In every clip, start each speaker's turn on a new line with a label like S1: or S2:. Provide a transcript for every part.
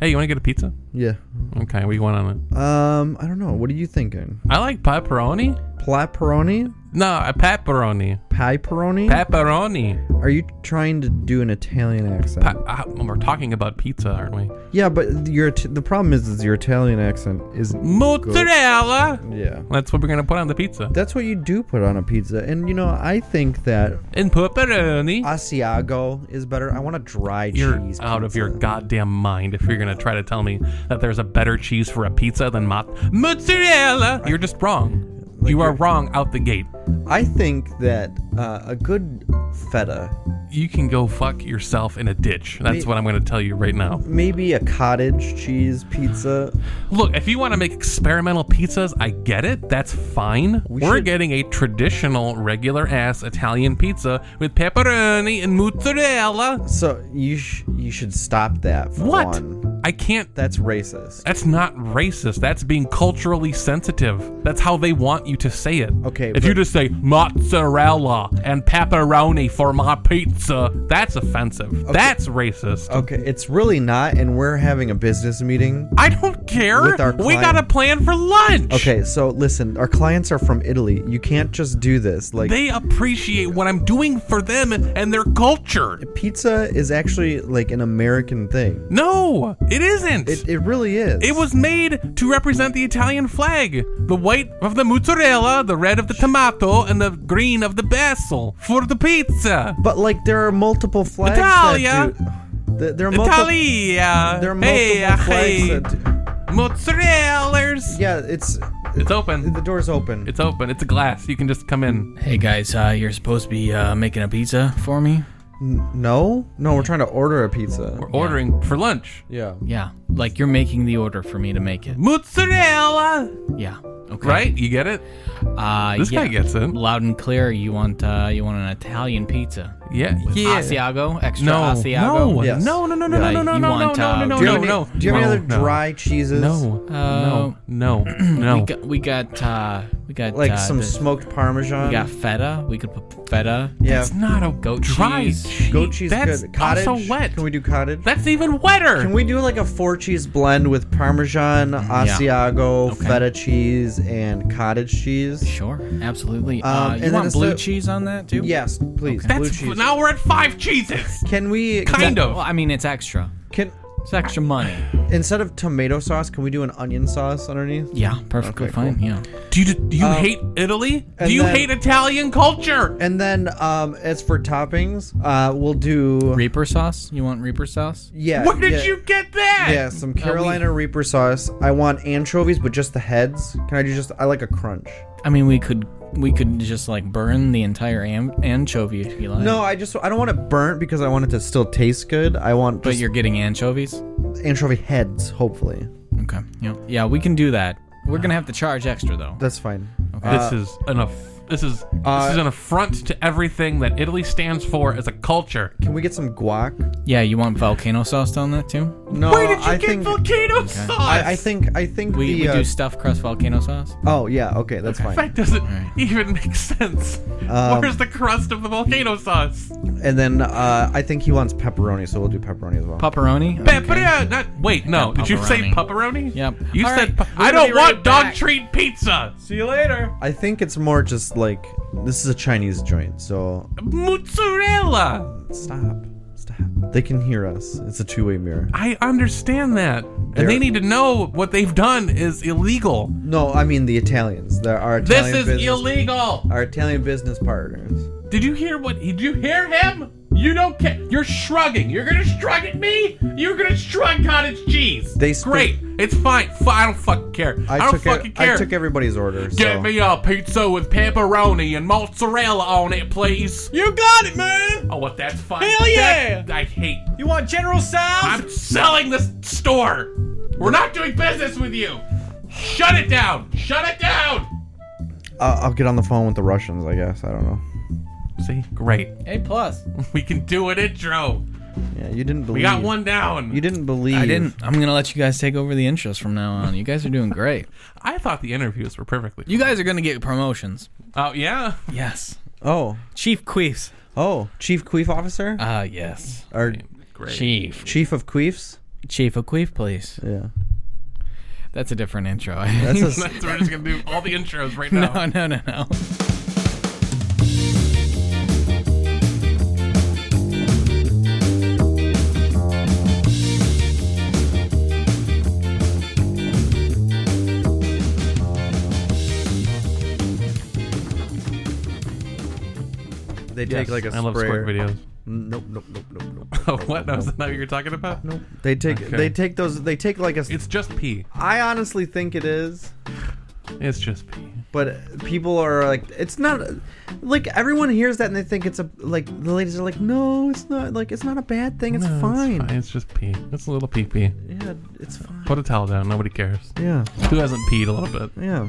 S1: Hey, you want to get a pizza?
S2: Yeah.
S1: Okay, we going on it.
S2: Um, I don't know. What are you thinking?
S1: I like pepperoni.
S2: Plat pepperoni?
S1: No, a pepperoni.
S2: Pie pepperoni?
S1: Pepperoni.
S2: are you trying to do an Italian accent?
S1: Pa- ah, we're talking about pizza, aren't we?
S2: yeah, but your It- the problem is, is your Italian accent isn't.
S1: Mozzarella.
S2: Yeah.
S1: That's what we're gonna put on the pizza.
S2: That's what you do put on a pizza, and you know I think that
S1: And pepperoni.
S2: Asiago is better. I want a dry
S1: You're
S2: Ah, cheese.
S1: out of your
S2: pizza.
S1: goddamn mind if you're gonna try to tell me that there's a better cheese for a pizza than mo- mozzarella. You're just wrong.
S2: Like
S1: you are
S2: you're-
S1: wrong out the gate.
S2: I think that uh, a good feta,
S1: You can go fuck yourself in a ditch. That's
S2: Me-
S1: what I'm gonna tell you right now.
S2: maybe a cottage cheese pizza.
S1: Look, if you want to make experimental pizzas, I get it. That's fine.
S2: We
S1: We are
S2: should-
S1: getting a traditional, regular ass Italian pizza with pepperoni and mozzarella.
S2: So you sh- you should stop that. For
S1: What?
S2: One.
S1: I can't.
S2: That's racist.
S1: That's not racist. That's being culturally sensitive. That's how they want you to say it.
S2: Okay,
S1: If you
S2: but-
S1: just say mozzarella and pepperoni for my pizza, that's offensive. That's racist.
S2: Okay, it's really not, and we're having a business meeting.
S1: I don't care.
S2: With our
S1: we
S2: client-
S1: got a plan for lunch.
S2: Okay, so listen, our clients are from Italy. You can't just do this. Like
S1: They appreciate what I'm doing for them and their culture.
S2: pizza is actually like an American thing.
S1: No, it isn't.
S2: It,
S1: It,
S2: it really is.
S1: was made to represent the Italian flag. The white of the mozzarella, the red of the tomato, and the green of the basil for the pizza.
S2: But like there are multiple flags
S1: Italia.
S2: that do. Th- There are multiple.
S1: Italia.
S2: There are multiple
S1: hey,
S2: flags
S1: hey.
S2: that. Do.
S1: Mozzarellers.
S2: Yeah, it's
S1: It's open.
S2: the door's open.
S1: It's open. It's a glass. You can just come in.
S3: Hey guys, uh, you're supposed to be uh, making a pizza for me.
S2: N- no, no, we're trying to order a pizza.
S1: We're ordering for lunch.
S2: Yeah.
S3: Yeah, like you're making the order for me to make it.
S1: Mozzarella.
S3: Yeah. Okay.
S1: Right? You get it?
S3: Uh,
S1: This
S3: yeah.
S1: guy gets it.
S3: Loud and clear. You want uh, you want an Italian pizza?
S1: Yeah. Yeah.
S3: Ah, Asiago, extra
S1: No.
S3: Asiago.
S1: No.
S2: Yes.
S1: No. No. No. No.
S3: Yeah.
S1: No. No.
S3: You
S1: No.
S3: want,
S1: no.
S3: uh,
S1: No. No.
S2: Do you
S1: No.
S2: have any,
S1: No.
S2: Do you have any other
S1: No.
S2: dry cheeses?
S1: No,
S3: Uh,
S1: no, no,
S3: We
S1: no.
S3: got we got uh, we got
S2: Like
S3: uh,
S2: some
S3: the-
S2: smoked parmesan.
S3: we got feta. We could put feta. Oh,
S2: Yeah.
S1: It's not a
S3: Goat
S1: dry
S3: cheese.
S2: Goat cheese.
S1: That's
S2: good. Cottage.
S1: also wet.
S2: Can we do cottage?
S1: That's even wetter.
S2: Can we do like a four cheese blend with parmesan,
S1: Mm,
S2: Asiago,
S3: Okay.
S2: feta cheese, and cottage cheese?
S3: Sure. Absolutely.
S2: Um,
S3: uh,
S2: and
S3: you
S2: then
S3: want
S2: it's
S3: blue
S2: the-
S3: cheese on that too?
S2: Yes, please. Blue
S1: That's
S2: cheese.
S1: now we're at five cheeses.
S2: Can we
S1: Kind
S3: Well,
S1: of.
S3: I mean, it's extra.
S2: Can
S3: It's extra money.
S2: instead of tomato sauce, can we do an onion sauce underneath?
S3: Yeah. Perfectly
S2: Okay,
S3: fine. Yeah.
S1: Do you do you
S2: Um,
S1: hate Italy?
S2: and
S1: Do you
S2: then-
S1: hate Italian culture?
S2: And then um, as for toppings, uh, we'll do
S3: Reaper sauce. You want Reaper sauce?
S2: yeah.
S1: Where did
S2: yeah,
S1: you get that?
S2: Yeah, some Carolina Reaper sauce. I want anchovies, but just the heads. Can I do just? I like a crunch.
S3: I mean, we could we could just like burn the entire an- anchovy if you like.
S2: No, I just I don't want it burnt because I want it to still taste good. I want
S3: but
S2: just
S3: you're getting anchovies.
S2: anchovy heads, hopefully.
S3: Okay. Yeah. Yeah, we can do that. We're gonna have to charge extra though.
S2: That's fine.
S1: This is an aff- this is
S2: uh,
S1: this is an affront to everything that Italy stands for as a culture.
S2: Can we get some guac?
S3: Yeah, you want volcano sauce on that too?
S2: No,
S1: Where did you
S2: I
S1: get
S2: think
S1: volcano sauce?
S2: I, I think I think
S3: We,
S2: the
S3: we
S2: uh,
S3: do stuffed crust volcano sauce.
S2: oh yeah okay that's fine. Um,
S1: that doesn't even make sense. Where's the crust of the volcano sauce?
S2: And then uh, I think he wants pepperoni, so we'll do pepperoni as well.
S3: Pepperoni.
S1: Pepperoni. Not wait, no. Did you say
S3: pepperoni.
S1: pepperoni?
S3: Yep.
S1: You
S3: All
S1: said
S3: right,
S1: pe-
S3: we're
S1: I
S3: gonna
S1: don't
S3: be
S1: want
S3: right
S1: dog
S3: back.
S1: treat pizza. See you later.
S2: I think it's more just like this is a Chinese joint, so
S1: Mozzarella.
S2: stop, stop. They can hear us. It's a two-way mirror.
S1: I understand that.
S2: They're-
S1: And they need to know what they've done is illegal.
S2: No, I mean the Italians. There are
S1: This
S2: Italian
S1: is
S2: business,
S1: illegal.
S2: Our Italian business partners.
S1: Did you hear what? Did you hear him? You don't care. You're shrugging. You're gonna shrug at me. You're gonna shrug cottage cheese.
S2: They sp-
S1: great. It's fine. F- I don't fucking care. I, don't
S2: took e-
S1: fucking care.
S2: I took everybody's order. So.
S1: Get me a pizza with pepperoni and mozzarella on it, please. You got it, man. Oh, what? That's fine. Hell yeah. I hate.
S3: You want General Sauce?
S1: I'm selling this store. We're not doing business with you. Shut it down. Shut it down.
S2: Uh, I'll get on the phone with the Russians. I guess I don't know.
S1: See, great.
S3: A plus.
S1: We can do an intro.
S2: Yeah, you didn't believe.
S1: We got one down.
S2: You didn't believe.
S3: I didn't. I'm gonna let you guys take over the intros from now on. You guys are doing great.
S1: I thought the interviews were perfectly.
S3: You guys are gonna get promotions.
S1: Oh yeah.
S3: Yes.
S2: Oh,
S3: Chief Queefs.
S2: oh, Chief Queef Officer
S3: Ah, yes.
S2: or
S1: Great.
S3: Chief.
S2: Chief of Queefs?
S3: Chief of Queef, please.
S2: Yeah.
S3: That's a different intro.
S2: That's a s-
S1: That's we're just gonna do all the intros right now.
S3: no, no, no, no.
S2: They take like a
S1: I love
S2: sprayer.
S1: squirt videos.
S2: Nope, nope, nope, nope, nope.
S1: Oh, what? No, is that not what you're talking about? No.
S2: They take
S1: Okay.
S2: they take those they take like a.
S1: It's just pee.
S2: I honestly think it is,
S1: It's just pee.
S2: but people are like it's not like everyone hears that and they think it's a like the ladies are like no it's not like it's not a bad thing it's,
S1: No,
S2: fine.
S1: It's, just pee. It's a little pee pee.
S2: yeah it's fine
S1: Put a towel down. Nobody cares.
S2: yeah
S1: Who hasn't peed a little bit?
S2: yeah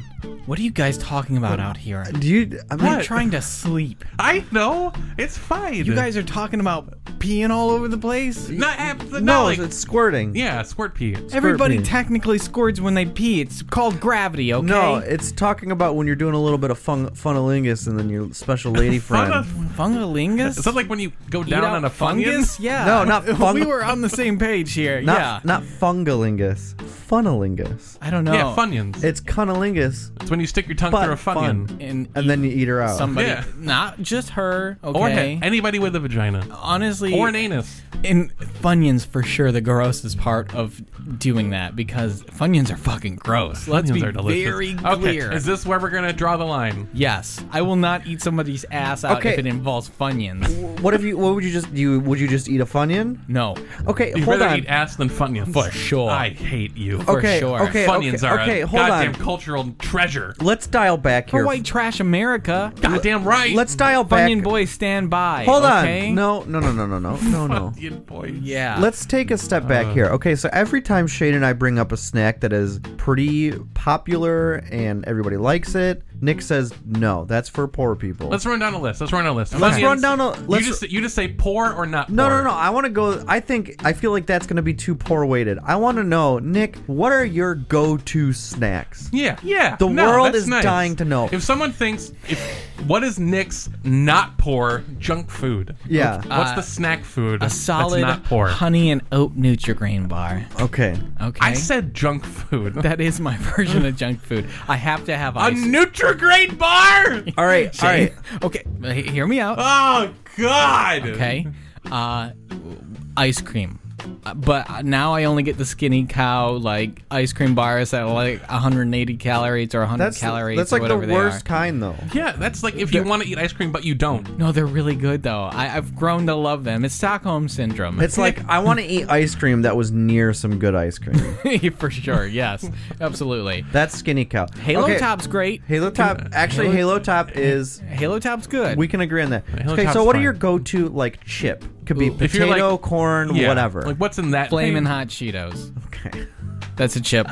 S3: What are you guys talking about out here?
S2: do you I mean
S3: I'm
S1: What?
S3: trying to sleep.
S1: I know. It's fine.
S3: You guys are talking about peeing all over the place.
S1: Not, ab- not
S2: no
S1: like.
S2: it's squirting
S1: yeah, squirt pee.
S3: Everybody
S2: me.
S3: technically squirts when they pee. It's called gravity, okay?
S2: no it's talking about when you're doing a little bit of fun funnelingus and then your special lady friend
S1: Fungus-
S3: Fungalingus?
S1: Is that like when you go
S3: Eat
S1: down
S3: out
S1: on a
S3: fungus?
S1: fungus?
S3: Yeah.
S2: No, not fung-
S3: we were on the same page here.
S2: not
S3: yeah.
S2: not fungalingus funnelingus
S3: I don't know.
S1: Yeah, funions.
S2: it's cunnilingus
S1: It's when you stick your tongue
S2: But
S1: through a funion.
S2: fun.
S3: And,
S2: and then you eat her out
S3: somebody,
S1: Yeah.
S3: not just her. Okay.
S1: Or head. Anybody with a vagina.
S3: Honestly,
S1: Or an anus.
S3: and Funyuns for sure the grossest part of doing that because Funyuns are fucking gross. Let's
S1: Onions
S3: be
S1: are delicious.
S3: very
S1: okay,
S3: clear.
S1: is this where we're gonna draw the line?
S3: yes, I will not eat somebody's ass out
S2: Okay.
S3: if it involves Funyuns.
S2: What if you? What would you just do? You, would you just eat a funyun?
S3: No,
S2: Okay,
S1: You'd
S2: hold
S1: rather
S2: on.
S1: eat ass than funyuns.
S3: For sure.
S1: I hate you.
S3: for
S2: okay,
S3: sure.
S2: okay,
S1: Funyuns
S2: okay,
S1: are
S2: okay.
S1: a
S2: Hold
S1: goddamn
S2: on.
S1: cultural treasure.
S2: Let's dial back
S3: for
S2: here.
S3: white trash America.
S1: Goddamn right.
S2: Let's dial back.
S3: Funyan boys stand by.
S2: hold on.
S3: okay?
S2: No, no, no, no, no, no, no, no.
S1: Fucking boy.
S3: Yeah.
S2: Let's take a step back here. Okay, so every time Shane and I bring up a snack that is pretty popular and everybody likes it, Nick says no. That's for poor people.
S1: Let's run down a list. Let's run down a list.
S2: Let's
S1: Funyuns,
S2: run down a- let's-
S1: you, just, you just say poor or not
S2: no,
S1: poor.
S2: no, no. I want to go. I think I feel like that's going to be too poor weighted. I want to know, Nick, what are your go-to snacks?
S1: Yeah, yeah.
S2: The
S1: no,
S2: world
S1: that's
S2: is
S1: nice.
S2: dying to know.
S1: If someone thinks, if what is Nick's not poor junk food?
S2: Yeah.
S1: What's
S3: Uh,
S1: the snack food?
S3: a solid
S1: That's not poor.
S3: honey and oat Nutrigrain bar.
S2: Okay.
S3: Okay.
S1: I said junk food.
S3: that is my version of junk food. I have to have
S1: a
S3: ice.
S1: Nutrigrain bar.
S2: All right. All right.
S3: Okay. he- Hear me out.
S1: Oh God.
S3: Okay. Uh, ice cream. Uh, But now I only get the skinny cow like ice cream bars that are like 180 calories or 100
S2: That's
S3: calories.
S2: that's
S3: or
S2: like the
S3: whatever they are.
S2: worst kind though.
S1: Yeah, that's like if you want to eat ice cream but you don't.
S3: No, they're really good though. I, I've grown to love them. It's Stockholm syndrome.
S2: It's like I want to eat ice cream that was near some good ice cream.
S3: for sure. Yes, absolutely.
S2: That's skinny cow.
S3: Halo
S2: Okay,
S3: Top's great.
S2: Halo top. Actually, Halo, top is.
S3: Halo Top's good.
S2: We can agree on that.
S1: Halo
S2: okay, so
S1: Top's
S2: what are
S1: fine.
S2: your go-to like chip? Could be
S1: Ooh, if you're,
S2: potato,
S1: like-
S2: corn,
S1: Yeah.
S2: whatever.
S1: Like what's in that? thing?
S3: Flamin' hot Cheetos.
S2: okay.
S3: That's a chip,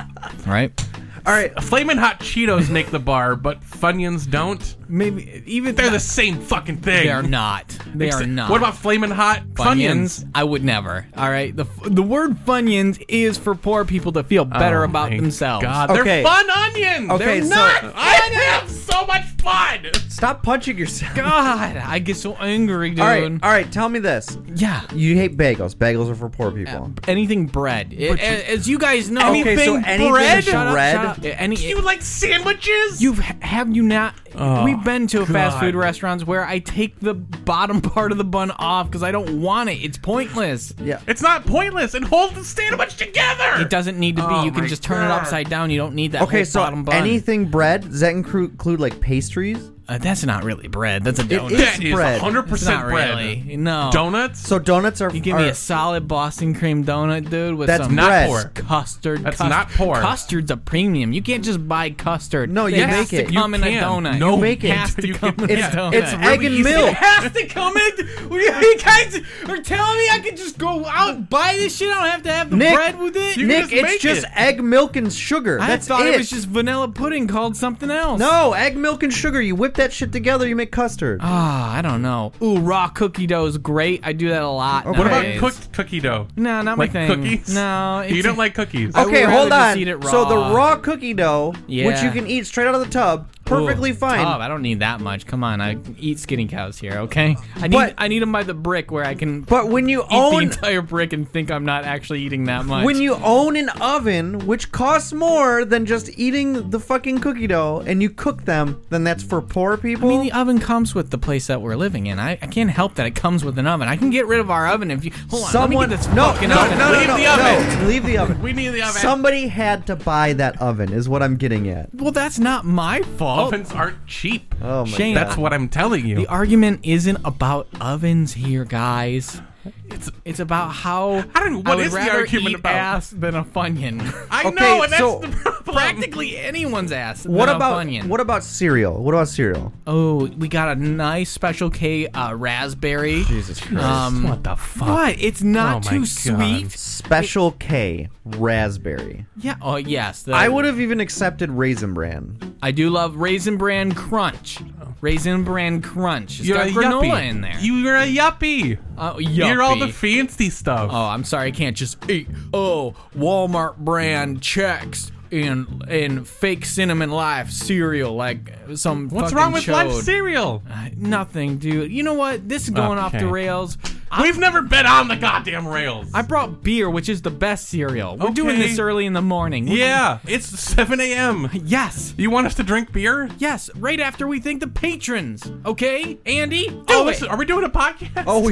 S3: right?
S2: All right.
S1: Flamin' hot Cheetos make the bar, but Funyuns don't.
S3: Maybe even
S1: They're the same fucking thing.
S3: They are not. They are not.
S1: What about Flamin' hot Funyuns?
S3: Funyuns, I would never. All right. The the word Funyuns is for poor people to feel better
S1: Oh
S3: about
S1: my
S3: themselves.
S1: God,
S2: Okay.
S1: they're fun onions.
S2: Okay,
S1: they're
S2: so-
S1: not. I have so much fun.
S2: Stop punching yourself.
S3: God, I get so angry, dude.
S2: All right. All right. Tell me this.
S3: Yeah.
S2: You hate bagels. Bagels are for poor people.
S3: Anything bread. A- a- as you guys know,
S2: Okay, so anything
S3: bread.
S2: Shut up, bread?
S3: Shut up. Any,
S1: Do you like sandwiches?
S3: You've have you not?
S1: Oh,
S3: we've been to fast
S1: God.
S3: food restaurants where I take the bottom part of the bun off because I don't want it. It's pointless.
S2: yeah.
S1: It's not pointless. And hold the sandwich together.
S3: It doesn't need to be.
S1: Oh
S3: you can
S1: my
S3: just turn it
S1: God.
S3: upside down. You don't need that
S2: Okay.
S3: whole
S2: So
S3: bottom bun.
S2: anything bread does that include, include like pastries?
S3: Uh, that's not really bread. That's a donut.
S2: is
S1: That is
S2: bread.
S1: 100
S3: It's
S1: percent
S3: not
S1: bread.
S3: really. No.
S1: Donuts.
S2: So donuts are.
S3: You give me a solid Boston cream donut, dude, with
S2: That's
S3: some
S1: not
S2: bread.
S1: poor.
S3: custard.
S1: That's
S3: cust-
S1: not poor.
S3: Custard's a premium. You can't just buy custard.
S2: No, you
S3: it has
S2: make
S3: to
S2: it.
S1: You
S3: come in a
S1: can.
S3: donut.
S1: No,
S2: You make it.
S3: has to
S1: you
S3: come
S1: can-
S3: in a
S1: It's-
S3: donut.
S2: it's egg and
S3: easy.
S2: milk.
S3: It has to come in. You guys are telling me I can just go out and buy this shit. I don't have to have the
S2: Nick,
S3: bread with it.
S1: You
S2: Nick,
S1: just
S2: it's
S1: make
S2: just
S1: it.
S2: egg, milk, and sugar.
S3: I
S2: That's
S3: thought
S2: it.
S3: it was just vanilla pudding called something else.
S2: no egg, milk, and sugar. You whip that shit together, you make custard.
S3: Ah, I don't know. Ooh, raw cookie dough is great. I do that a lot.
S2: Okay.
S1: What about
S3: nowadays.
S1: cooked cookie dough?
S3: No, not
S1: like
S3: my thing.
S1: cookies.
S3: No,
S1: you
S3: it's- Oh.
S1: don't like cookies.
S3: I would
S2: okay, hold
S3: rather just
S2: on.
S3: eat it
S2: So the
S3: raw.
S2: raw cookie dough, which
S3: Yeah.
S2: you can eat straight out of the tub, Perfectly
S3: Ooh,
S2: fine.
S3: Tom, I don't need that much. Come on, I eat skinny cows here, okay? I need
S2: But-
S3: I need them by the brick where I can
S2: But when you
S3: eat the
S2: own
S3: entire brick and think I'm not actually eating that much.
S2: when you own an oven, which costs more than just eating the fucking cookie dough, and you cook them, then that's for poor
S3: I
S2: people.
S3: mean, the oven comes with the place that we're living in. I, I can't help that it comes with an oven. I can get rid of our oven if you hold on.
S2: Someone,
S3: let me get this
S2: no,
S3: fucking
S2: no,
S3: oven.
S2: no, no,
S1: Leave
S2: no,
S1: the
S2: no,
S1: oven.
S2: leave the oven.
S1: We need the oven.
S2: Somebody had to buy that oven, is what I'm getting at.
S3: Well, that's not my fault.
S1: Ovens aren't cheap.
S2: Oh my
S3: Shane,
S2: god.
S1: That's what I'm telling you.
S3: The argument isn't about ovens here, guys. It's it's about how
S1: I don't-
S3: I
S1: what
S3: would
S1: is the
S3: rather
S1: argument
S3: eat
S1: about?
S3: ass than a funyun.
S1: I
S2: Okay,
S1: know, and that's
S2: so-
S1: the problem.
S3: Practically anyone's ass.
S2: What
S3: than
S2: about
S3: a funyun.
S2: what about cereal? What about cereal?
S3: Oh, we got a nice special K uh, raspberry.
S2: Jesus Christ.
S3: Um,
S1: Mm. What the fuck?
S3: What? It's not
S1: Oh my
S3: too
S1: God.
S3: sweet.
S2: Special K raspberry.
S3: Yeah. Oh yes. the-
S2: I would have even accepted raisin bran.
S3: I do love Raisin Bran Crunch. Raisin Bran Crunch. It's
S1: You're
S3: got
S1: a
S3: granola
S1: yuppie.
S3: in there.
S1: You're a yuppie.
S3: oh,
S1: You're all the
S3: yuppie.
S1: fancy stuff.
S3: Oh, I'm sorry, I can't just eat. Oh, Walmart brand checks and and fake cinnamon life cereal like some.
S1: What's
S3: fucking
S1: wrong with life
S3: chode.
S1: cereal?
S3: Uh, Nothing, dude. You know what? This is going off
S1: Okay.
S3: the rails.
S1: We've never been on the goddamn rails.
S3: I brought beer, which is the best cereal. We're doing
S1: Okay.
S3: this early in the morning. We-
S1: yeah, it's 7 a.m.
S3: Yes.
S1: You want us to drink beer?
S3: Yes. Right after we thank the patrons. Okay, Andy. Do
S1: oh,
S3: it.
S1: this, are we doing a podcast?
S2: Oh, we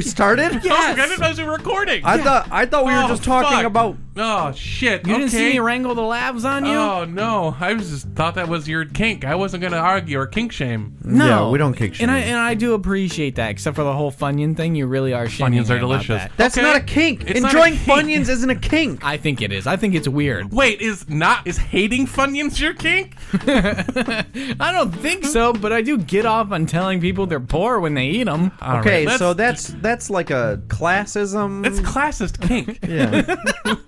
S2: started?
S1: Oh, I
S3: yes.
S1: didn't realize we were recording.
S2: I thought I thought we were
S1: Oh,
S2: just talking
S1: fuck.
S2: about
S1: Oh shit!
S3: you
S1: okay.
S3: didn't see me wrangle the labs on you.
S1: Oh no! I was just thought that was your kink. I wasn't gonna argue or kink shame.
S3: No,
S2: Yeah, we don't kick shit.
S3: And I and I do appreciate that, except for the whole Funyun thing. You really are shaming
S1: Funyuns
S3: me
S1: are
S3: about
S1: delicious.
S3: that.
S2: That's
S1: Okay.
S2: not a kink.
S1: It's not a
S2: Enjoying
S1: kink.
S2: Funyuns isn't a kink.
S3: I think it is. I think it's weird.
S1: Wait, is not is hating Funyuns your kink?
S3: I don't think so, but I do get off on telling people they're poor when they eat them.
S1: All right,
S2: okay,
S1: let's-
S2: so that's that's like a classism.
S3: Hmm.
S1: That's classist kink.
S2: yeah,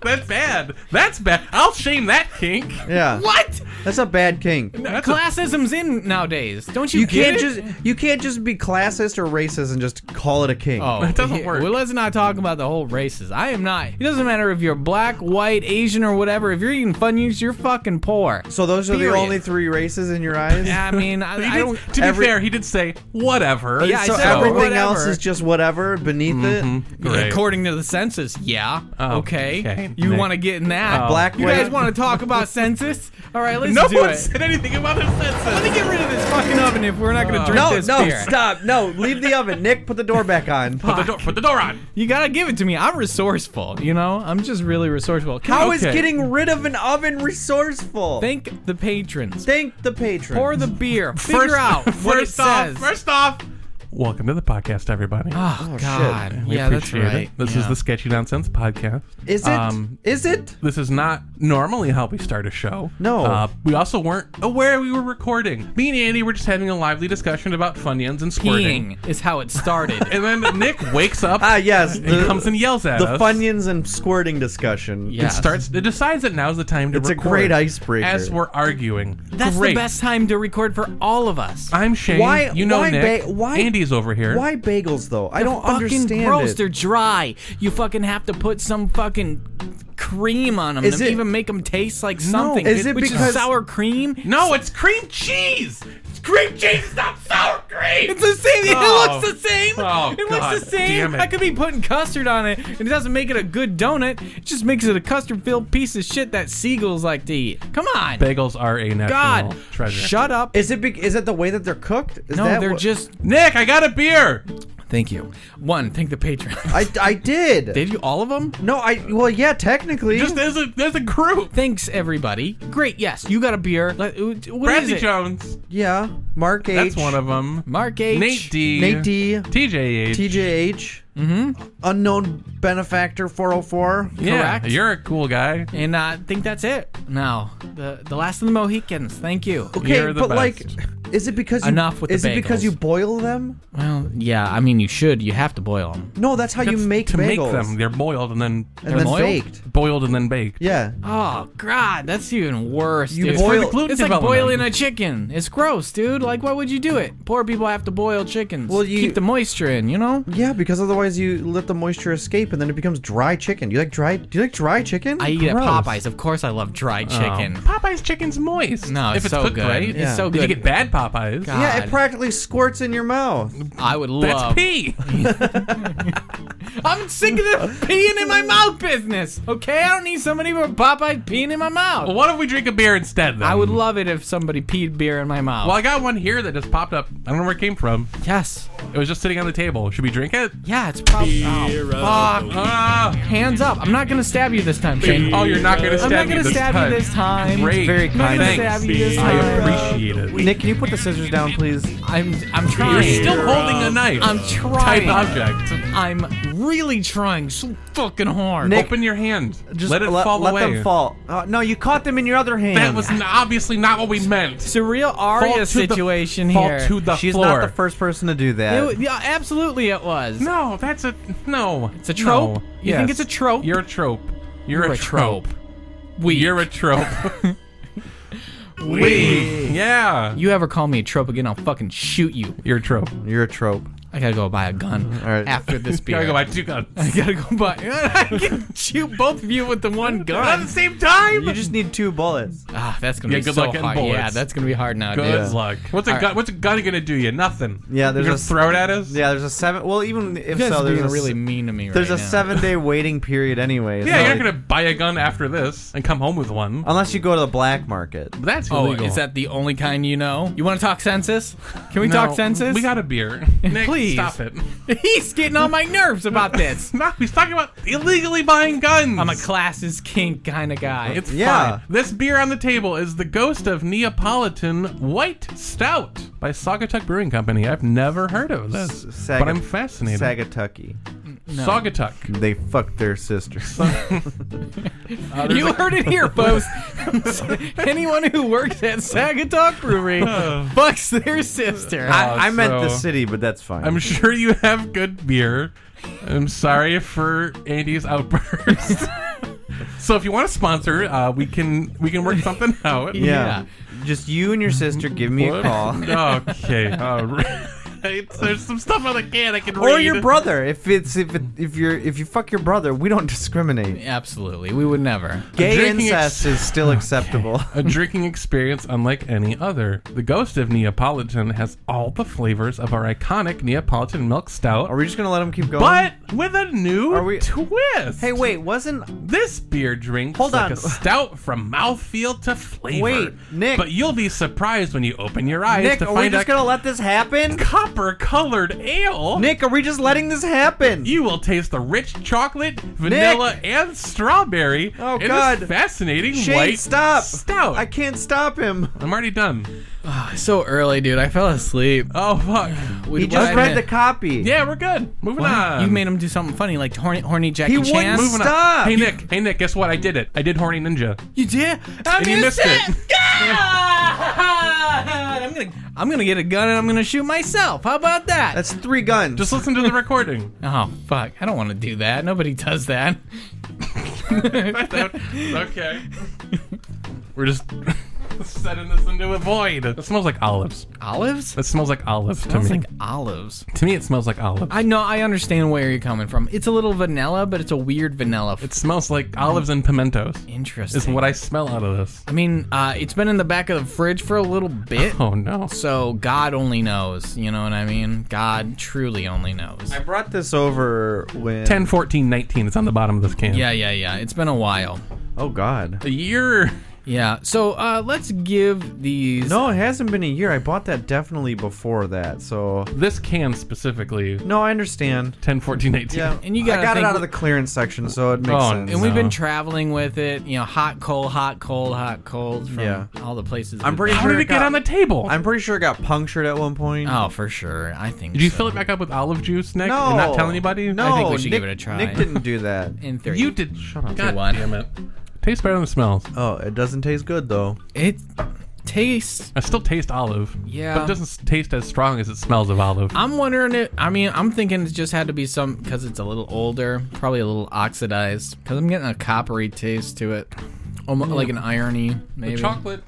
S1: That's bad. That's bad. I'll shame that kink.
S2: yeah.
S3: What?
S2: That's a bad kink.
S1: That's a-
S3: Classism's in nowadays. Don't you?
S2: You
S3: get
S2: can't
S3: it?
S2: just you can't just be classist or racist and just call it a kink.
S3: Oh,
S1: It doesn't
S3: yeah,
S1: work.
S3: Well, let's not talk about the whole races. I am not. It doesn't matter if you're black, white, Asian, or whatever. If you're eating Funyuns, you're fucking poor.
S2: So those are
S3: Period.
S2: the only three races in your eyes.
S3: I mean, I,
S1: He
S3: I
S1: did-
S3: don't. eh, Oh,
S1: to be
S2: every-
S1: fair, he did say whatever.
S3: Yeah, I
S2: so
S3: said
S2: everything
S3: whatever.
S2: else is just whatever beneath it.
S1: Great.
S3: According to the census, yeah.
S1: Oh,
S3: okay.
S1: okay.
S3: You
S1: Nick.
S3: want to get in that?
S1: Oh.
S2: Black
S3: You
S2: women.
S3: guys want to talk about census? All right, let's
S1: no
S3: do
S1: one
S3: it.
S1: said anything about the
S3: Let
S1: census.
S3: me get rid of this fucking oven if we're not
S1: Oh.
S3: going to drink
S2: No,
S3: this
S2: no,
S3: beer.
S2: stop. No, leave the oven. Nick, put the door back on.
S1: Put the, door, put the door on.
S3: You gotta give it to me. I'm resourceful. You know, I'm just really resourceful. Can
S2: How
S3: you
S2: is
S1: Okay.
S2: getting rid of an oven resourceful?
S3: thank the patrons?
S2: Thank the patron.
S3: Pour the beer. Figure out what
S1: first
S3: it
S1: off,
S3: says.
S1: first off, welcome to the podcast, everybody.
S3: oh,
S2: shit.
S3: God.
S1: We
S3: Yeah, that's
S1: appreciate it.
S3: right.
S1: This is
S3: Yeah.
S1: the Sketchy Nonsense podcast.
S2: Is it?
S1: Um,
S2: is it?
S1: This is not normally how we start a show.
S2: No.
S1: Uh, we also weren't aware we were recording. Me and Andy were just having a lively discussion about Funyuns and squirting.
S3: peeing is how it started.
S1: And then Nick wakes up
S2: Ah, yes.
S1: and comes and yells at
S2: the
S1: us.
S2: Funyuns and squirting discussion.
S3: Yeah.
S1: It starts. It decides that now's the time to
S2: It's a
S1: record.
S2: great icebreaker.
S1: As we're arguing.
S3: that's
S1: great.
S3: the best time to record for all of us.
S1: I'm Shane.
S2: Why-
S1: you know
S2: why
S1: Nick.
S2: ba- why-
S1: Andy's over here.
S2: Why bagels though? I don't
S3: fucking
S2: understand
S3: gross.
S2: it.
S3: They're dry. You fucking have to put some fucking cream on them
S2: Is
S3: to
S2: it-
S3: even make them taste like something.
S2: Is it
S3: which
S2: because-
S3: is sour cream?
S1: No, it's cream cheese. It's cream cheese. It's not sour cream.
S3: It's the same. It
S1: Oh.
S3: looks the same.
S1: Oh, God
S3: it looks the same.
S1: damn it.
S3: I could be putting custard on it, and it doesn't make it a good donut. It just makes it a custard-filled piece of shit that seagulls like to eat. Come on,
S1: Bagels are a national
S3: God,
S1: treasure.
S3: shut up.
S2: Is it? Be- is it the way that they're cooked? Is
S3: no,
S2: that
S3: they're
S2: what-
S3: just.
S1: Nick, I got a beer.
S3: Thank you. One, thank the patron.
S2: I, I did.
S3: Did you all of them?
S2: no, I. Well, yeah, technically.
S1: Just there's a there's a group.
S3: Thanks everybody. Great. Yes, you got a beer. Let, what is
S1: Bradley
S3: it?
S1: Jones.
S2: yeah. Mark H.
S1: That's one of them.
S3: Mark H.
S1: Nate D.
S2: Nate D.
S1: TJ.
S2: TJH. Mm-hmm. Unknown benefactor 404.
S1: Yeah,
S3: Correct.
S1: you're a cool guy.
S3: And uh, I think that's it. Now, the the last of the Mohicans. Thank you.
S2: Okay,
S1: You're the
S2: but
S1: best.
S2: like, Is it because you,
S3: Enough with the
S2: Is it because
S3: bagels.
S2: you boil them?
S3: Well, yeah. I mean, you should. You have to boil them.
S2: No, that's how you
S1: That's
S2: make
S1: to
S2: bagels.
S1: make them. They're boiled and then
S2: and then
S3: boiled?
S2: baked.
S1: boiled and then baked.
S2: Yeah.
S3: Oh God, that's even worse.
S2: You
S3: dude.
S2: boil-
S1: For the gluten
S3: It's like
S1: development.
S3: boiling a chicken. It's gross, dude. Like, why would you do it? Poor people have to boil chickens.
S2: Well, you-
S3: keep the moisture in, you know.
S2: Yeah, because otherwise you let the moisture escape and then it becomes dry chicken. Do you like dry? Do you like dry chicken?
S3: I eat at
S2: Gross.
S3: Popeyes. Of course, I love dried chicken.
S1: Oh. Popeye's chicken's moist.
S3: No,
S1: if
S3: it's
S1: it's
S3: so
S1: cooked
S3: good.
S1: right.
S3: It's
S2: Yeah.
S3: so
S1: Did
S3: good.
S1: you get bad Popeyes?
S3: God.
S2: Yeah, it practically squirts in your mouth.
S3: I would
S1: That's
S3: love.
S1: pee.
S3: I'm sick of this peeing in my mouth business. Okay, I don't need somebody with Popeyes peeing in my mouth.
S1: well, what if we drink a beer instead? Then
S3: I would love it if somebody peed beer in my mouth.
S1: Well, I got one here that just popped up. I don't know where it came from.
S3: Yes.
S1: It was just sitting on the table. Should we drink it?
S3: Yeah, it's probably. Oh, fuck.
S1: Ah.
S3: Hands up. I'm not gonna stab you this time, Shane.
S1: Oh, you're not gonna
S3: I'm
S1: stab
S3: not
S1: me
S3: gonna
S1: this
S3: stab
S1: time.
S3: you this time.
S1: Great.
S2: very
S3: I'm not
S2: kind.
S3: gonna
S1: Thanks.
S3: stab you this
S1: I
S3: time.
S1: appreciate it.
S2: Nick, can you put the scissors down, please?
S3: I'm I'm trying.
S1: You're still holding a knife.
S3: I'm
S1: Type
S3: trying.
S1: object.
S3: I'm really trying so fucking hard.
S2: Nick-
S1: Open your hand.
S2: Just
S1: let it fall
S2: let
S1: away.
S2: them fall. Uh, no, you caught them in your other hand.
S1: That was n- obviously not what we meant.
S3: It's a real
S1: Fall
S3: Arya
S1: to
S3: situation
S1: the, fall
S3: here.
S1: to the
S2: She's
S1: floor.
S2: not the first person to do that.
S3: It wa- yeah, absolutely it was.
S1: No, that's a no.
S3: It's a trope?
S1: No.
S3: You think it's a trope?
S1: You're a trope. You're,
S3: You're
S1: a
S3: a
S1: trope.
S3: trope. Weak.
S1: You're a trope. we. Yeah.
S3: You ever call me a trope again, I'll fucking shoot you.
S1: You're a trope.
S2: You're a trope.
S3: I gotta go buy a gun
S2: right.
S3: after this beer.
S1: Gotta go buy two guns.
S3: I gotta go buy. I can shoot both of you with the one
S1: At the
S3: gun.
S1: same time.
S2: You just need two bullets.
S3: Ah, that's gonna
S1: Yeah,
S3: be
S1: good
S3: so
S1: luck getting
S3: hard. Yeah,
S1: bullets.
S3: that's gonna be hard now,
S1: Good
S3: dude.
S1: luck. What's a
S3: All right.
S1: gun? What's a gun gonna do you? Nothing.
S2: Yeah,
S1: You're
S2: there's
S1: gonna
S2: a-
S1: throw it at us.
S2: Yeah, there's a seven. Well, even if
S3: You guys
S2: so,
S3: are
S2: there's
S3: being
S2: a,
S3: really
S2: s-
S3: mean to me.
S2: there's
S3: right
S2: a
S3: now.
S2: seven day waiting period anyway. It's
S1: Yeah,
S2: not
S1: you're
S2: like-
S1: not gonna buy a gun after this and come home with one.
S2: unless you go to the black market.
S1: That's
S3: Oh,
S1: illegal.
S3: is that the only kind you know? You want to talk census? Can we
S1: No,
S3: talk census?
S1: We got a beer. Nick,
S3: Please.
S1: stop it.
S3: He's getting on my nerves about this.
S1: No, he's talking about illegally buying guns.
S3: I'm a classes kink kind of guy.
S1: It's
S2: Yeah.
S1: fine. This beer on the table is the Ghost of Neapolitan White Stout by Saugatuck Brewing Company. I've never heard of this,
S2: S- Saga-
S1: but I'm fascinated.
S2: Sagatucky.
S1: Saugatuck.
S2: They fucked their sisters.
S3: you heard it here, folks. Anyone who works at Sagatuck Brewery fucks their sister. I-
S2: I, I meant the
S1: Oh, so-
S2: city, but that's fine.
S1: I'm sure you have good beer. I'm sorry for Andy's outburst. so if you want to sponsor, uh, we can we can work something out.
S2: yeah. Just you and your sister give me a
S1: What?
S2: call.
S1: okay. All right. There's some stuff on the can I can read.
S2: Or your brother, if it's if it, if you're if you fuck your brother, we don't discriminate.
S3: Absolutely, we would never.
S2: Gay
S1: Drinking Oh,
S2: incest is still acceptable.
S1: A drinking experience unlike any other. The Ghost of Neapolitan has all the flavors of our iconic Neapolitan milk stout,
S2: Are we just gonna let him keep going?
S1: but with a new
S2: Are we-
S1: twist.
S2: hey, wait, wasn't
S1: This beer drinks
S2: Hold
S1: like
S2: on.
S1: a stout from mouthfeel to flavor.
S2: Wait, Nick.
S1: But you'll be surprised when you open your eyes
S2: Nick?
S1: to
S2: Are we
S1: find
S2: just
S1: a
S2: gonna let this happen?
S1: copper-colored ale.
S2: Nick, are we just letting this happen?
S1: You will taste the rich chocolate, vanilla, and strawberry.
S2: Oh,
S1: in this
S2: God.
S1: fascinating
S2: Shane,
S1: white
S2: stop!
S1: stout.
S2: I
S1: I...
S2: can't stop him.
S1: am already done.
S3: So early, dude. I fell asleep.
S1: Oh fuck.
S3: We
S2: He just
S3: what?
S2: read the copy.
S1: Yeah, we're good. Moving
S3: What?
S1: on.
S3: You made him do something funny, like horny, horny Jackie
S2: He wouldn't
S3: Chan.
S2: move
S1: Moving on.
S2: Stop.
S1: Hey Nick. Hey Nick. Guess what? I did it. I did horny ninja.
S3: You did? I'm
S1: And you
S3: gonna
S1: missed
S3: set-
S1: it.
S3: God! I'm gonna, I'm gonna get a gun and I'm gonna shoot myself. How about that?
S2: That's three guns.
S1: Just listen to the recording.
S3: oh fuck! I don't want to do that. Nobody does that.
S1: okay. We're just setting this into a void. It smells like olives.
S3: Olives?
S1: It smells like olives to
S3: Sounds
S1: me.
S3: like olives.
S1: to me, it smells like olives.
S3: I know. I understand where you're coming from. It's a little vanilla, but it's a weird vanilla.
S1: It smells like olives and pimentos.
S3: interesting.
S1: Is what I smell out of this.
S3: I mean, uh, it's been in the back of the fridge for a little bit.
S1: Oh no.
S3: So God only knows, you know what I mean? God truly only knows.
S2: I brought this over when.
S1: 10, 14, 19. It's on the bottom of this can.
S3: Yeah, yeah, yeah. It's been a while.
S2: Oh God.
S1: A year.
S3: Yeah. So uh, let's give these.
S2: No, it hasn't been a year. I bought that definitely before that. So
S1: This can specifically.
S2: no, I understand.
S1: 10, 14, 19.
S2: Yeah,
S3: And you
S2: I
S3: gotta
S2: got it
S3: think-
S2: out of the clearance section, so it makes
S1: Oh,
S2: sense.
S3: And we've
S1: No.
S3: been traveling with it, you know, hot, cold, hot, cold, hot, cold from
S2: Yeah.
S3: all the places.
S2: I'm
S3: we've
S2: pretty
S1: How
S2: sure
S1: did it
S2: got-
S1: get on the table?
S2: I'm pretty sure it got punctured at one point.
S3: been. Oh, for sure. I think.
S1: Did you
S3: so.
S1: fill it back up with olive juice, Nick?
S2: No.
S1: And not tell anybody?
S2: No,
S3: I think we should
S2: Nick,
S3: give it a try.
S2: Nick didn't do that.
S3: in three?
S1: You did. Shut up.
S3: Two,
S1: God
S3: one.
S1: damn it. Tastes better than it smells.
S2: Oh, it doesn't taste good though.
S3: It. taste.
S1: I still taste olive.
S3: Yeah.
S1: But it doesn't s- taste as strong as it smells of olive.
S3: I'm wondering it. I mean, I'm thinking it just had to be some because it's a little older, probably a little oxidized. Because I'm getting a coppery taste to it, almost like an irony. Maybe
S1: Chocolate,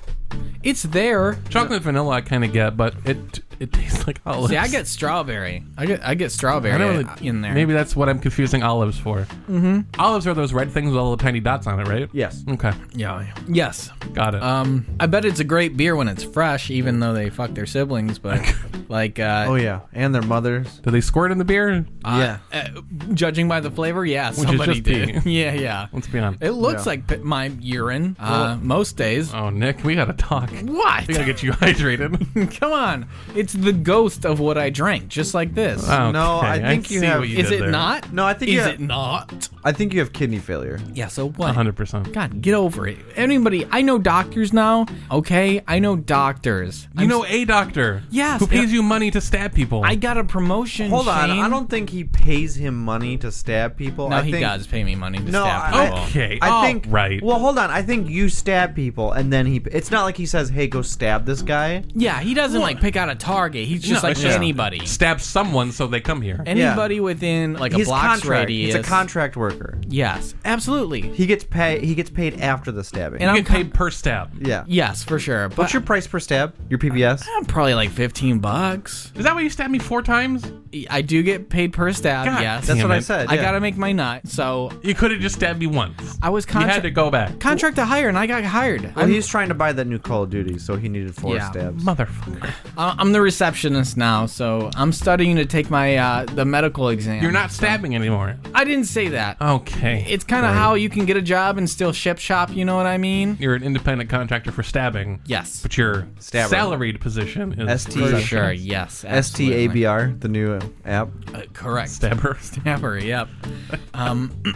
S3: it's there.
S1: chocolate vanilla, I kind of get, but it it tastes like olive.
S3: See, I get strawberry. I get I get strawberry
S1: I don't really-
S3: in there.
S1: Maybe that's what I'm confusing olives for. Mm-hmm. Olives are those red things with all the tiny dots on it, right?
S2: Yes.
S1: Okay,
S3: Yeah. Yes.
S1: got it.
S3: Um, I bet it's a great beer when it's fresh, even though they fuck their siblings. But like, uh,
S2: Oh yeah, and their mothers.
S1: Do they squirt in the beer?
S3: uh, uh, judging by the flavor, yeah,
S1: is
S3: somebody
S1: just
S3: did. yeah, yeah.
S1: Let's be honest.
S3: It looks
S2: Yeah.
S3: like p- my urine uh, most days.
S1: Oh, Nick, we gotta talk.
S3: what?
S1: We gotta get you hydrated.
S3: Come on. It's the ghost of what I drank, just like this.
S1: Okay,
S2: No, I think you
S1: see
S2: have-
S1: what
S3: Is
S1: Ah, did
S3: it
S1: there.
S3: not?
S2: No, I think
S3: Is
S2: you have-
S3: it not?
S2: I think you have kidney failure.
S3: Yeah, so what?
S1: 100%.
S3: God, get over it. Anybody, I know doctors now, okay? I know doctors.
S1: You know a doctor.
S3: Yes.
S1: Who pays you money to stab people.
S3: I got a promotion.
S2: Hold on,
S3: Shane.
S2: I don't think he pays him money to stab people.
S3: No,
S2: I
S3: he
S2: think,
S3: does pay me money to
S2: No,
S3: stab
S2: I,
S3: people.
S1: Okay,
S2: Oh. I
S1: all
S2: think
S1: Oh, right.
S2: Well, hold on. I think you stab people, and then he. It's not like he says, "Hey, go stab this guy."
S3: Yeah, he doesn't like pick out a target. He's just
S1: No,
S3: like
S1: it's just-
S3: anybody.
S1: stab someone so they come here.
S3: Anybody within like a
S2: He's
S3: block's
S2: contract.
S3: radius.
S2: He's a contract worker.
S3: Yes, absolutely.
S2: He gets paid. He gets paid after the stabbing.
S3: And
S1: you
S3: I'm
S1: get paid per stab.
S2: yeah.
S3: Yes, for sure. But
S2: What's your price per stab? Your PBS?
S3: probably like 15 bucks.
S1: Is that why you stabbed me four times?
S3: I do get paid per stab.
S1: God,
S3: Um, yes,
S2: That's
S1: Damn
S2: what I
S1: it.
S2: said.
S3: I
S2: yeah.
S3: gotta make my nut. So
S1: You could have just stabbed me once.
S3: I was
S1: you had
S3: contract
S1: to go back.
S3: contract to hire, and I got hired.
S2: Well,
S3: I'm,
S2: he's trying to buy that new Call of Duty, so he needed four
S3: Yeah.
S2: stabs.
S1: Motherfucker.
S3: I- I'm the receptionist now, so I'm studying to take my uh, the medical exam.
S1: You're not stabbing anymore.
S3: I didn't say that.
S2: Oh,
S1: Okay.
S3: it's kind of how you can get a job and still ship shop. You know what I mean?
S1: you're an independent contractor for stabbing.
S3: Yes,
S1: But your
S2: Stabber.
S1: salaried position is
S2: ST.
S3: for
S2: Exactly.
S3: sure. Yes,
S2: S T A
S3: absolutely.
S2: B R, the new app.
S3: Uh, correct.
S1: stabber.
S3: Stabber, yep. Um,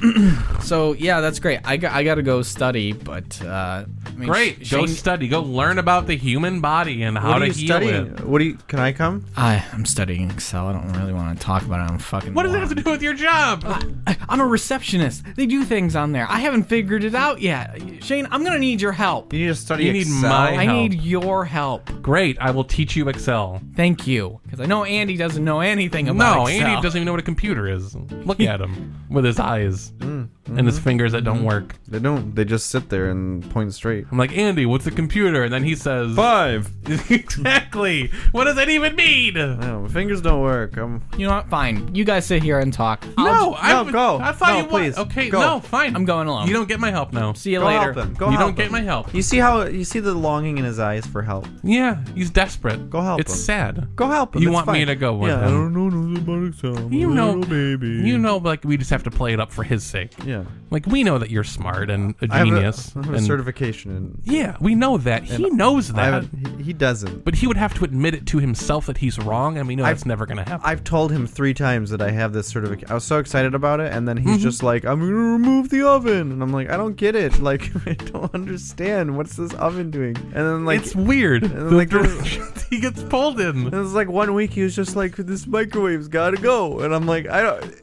S3: so yeah, that's great. I got, I got to go study, but uh, I mean,
S1: Great.
S3: Sh-
S1: Go
S3: Shane-
S1: study. Go learn about the human body and how
S2: What are
S1: to
S2: you
S1: heal
S2: studying?
S1: it.
S2: What do you? Can I come?
S3: I, I'm studying Excel. I don't really want to talk about it. I'm fucking.
S1: What does that have to do with your job?
S2: Ah.
S3: I'm a receptionist. They do things on there. I haven't figured it out yet. Shane, I'm gonna need your help.
S2: You need to study
S1: You need
S2: Excel.
S1: my-
S3: I
S1: help.
S3: need your help.
S1: Great. I will teach you Excel.
S3: Thank you, because I know Andy doesn't know anything about
S1: No,
S3: Excel.
S1: Andy doesn't even know what a computer is. Look at him with his eyes
S2: Mm,
S1: and
S2: mm-hmm.
S1: his fingers that don't work.
S2: They don't. They just sit there and point straight.
S1: I'm like, Andy, what's a computer? And then he says,
S2: Five.
S1: Exactly. What does that even mean? No,
S2: Oh, my fingers don't work. I'm.
S3: You know what? Fine. You guys sit here and talk. I'll j-
S1: I
S2: no,
S1: would-
S2: go.
S1: I thought
S2: No,
S1: you wa-
S2: please.
S1: Okay,
S2: Go.
S1: no, fine.
S3: I'm going alone.
S1: You don't get my help now.
S3: see you
S2: Go
S3: later.
S2: help him. Go
S1: you
S2: help
S1: don't get
S2: him.
S1: my help.
S2: You see how you see the longing in his eyes for help.
S1: Yeah, he's desperate.
S2: Go help
S1: It's
S2: him.
S1: sad.
S2: Go help him.
S1: You
S2: it's
S1: want me
S2: fine.
S1: to go with
S2: yeah,
S1: him.
S2: I don't know nothing about Excel. I'm
S1: You
S2: a
S1: know-
S2: little baby.
S1: You know, like we just have to play it up for his sake.
S2: Yeah.
S1: Like we know that you're smart and a
S2: I have a-
S1: genius.
S2: I have a,
S1: and-
S2: certification, and
S1: yeah, we know that. He knows
S2: I
S1: that.
S2: haven't. He, he doesn't.
S1: But he would have to admit it to himself that he's wrong, and we know that's never going to happen.
S2: I've told him three times that I have this certification. I was so excited about it, and then he's
S1: Mm-hmm.
S2: just like, "I'm gonna remove the oven," and I'm like, "I don't get it. Like, I don't understand. What's this oven doing?" And then like.
S1: it's weird. The
S2: like, uh, there's-
S1: directions he gets pulled in.
S2: and it's like one week he was just like, "This microwave's gotta go," and I'm like, "I don't,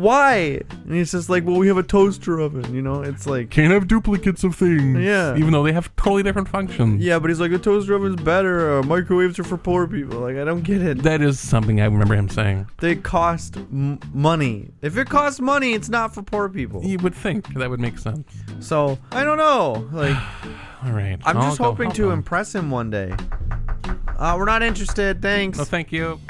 S2: why?" And he's just like, "Well, we have a toaster oven, you know." It's like,
S1: Can't have duplicates of things.
S2: Yeah.
S1: Even though they have totally different functions.
S2: yeah, but he's like, "A toaster oven's better. Uh, microwaves are for poor people." Like, I don't get it.
S1: That is something I remember him saying.
S2: They cost m- money. If it costs money, it's not for poor people.
S1: You would think that would make sense.
S2: So I don't know. Like
S1: All right.
S2: I'm
S1: I'll
S2: just
S1: go
S2: hoping
S1: help
S2: to
S1: him.
S2: impress him one day. Uh, we're not interested. Thanks.
S1: No, thank you.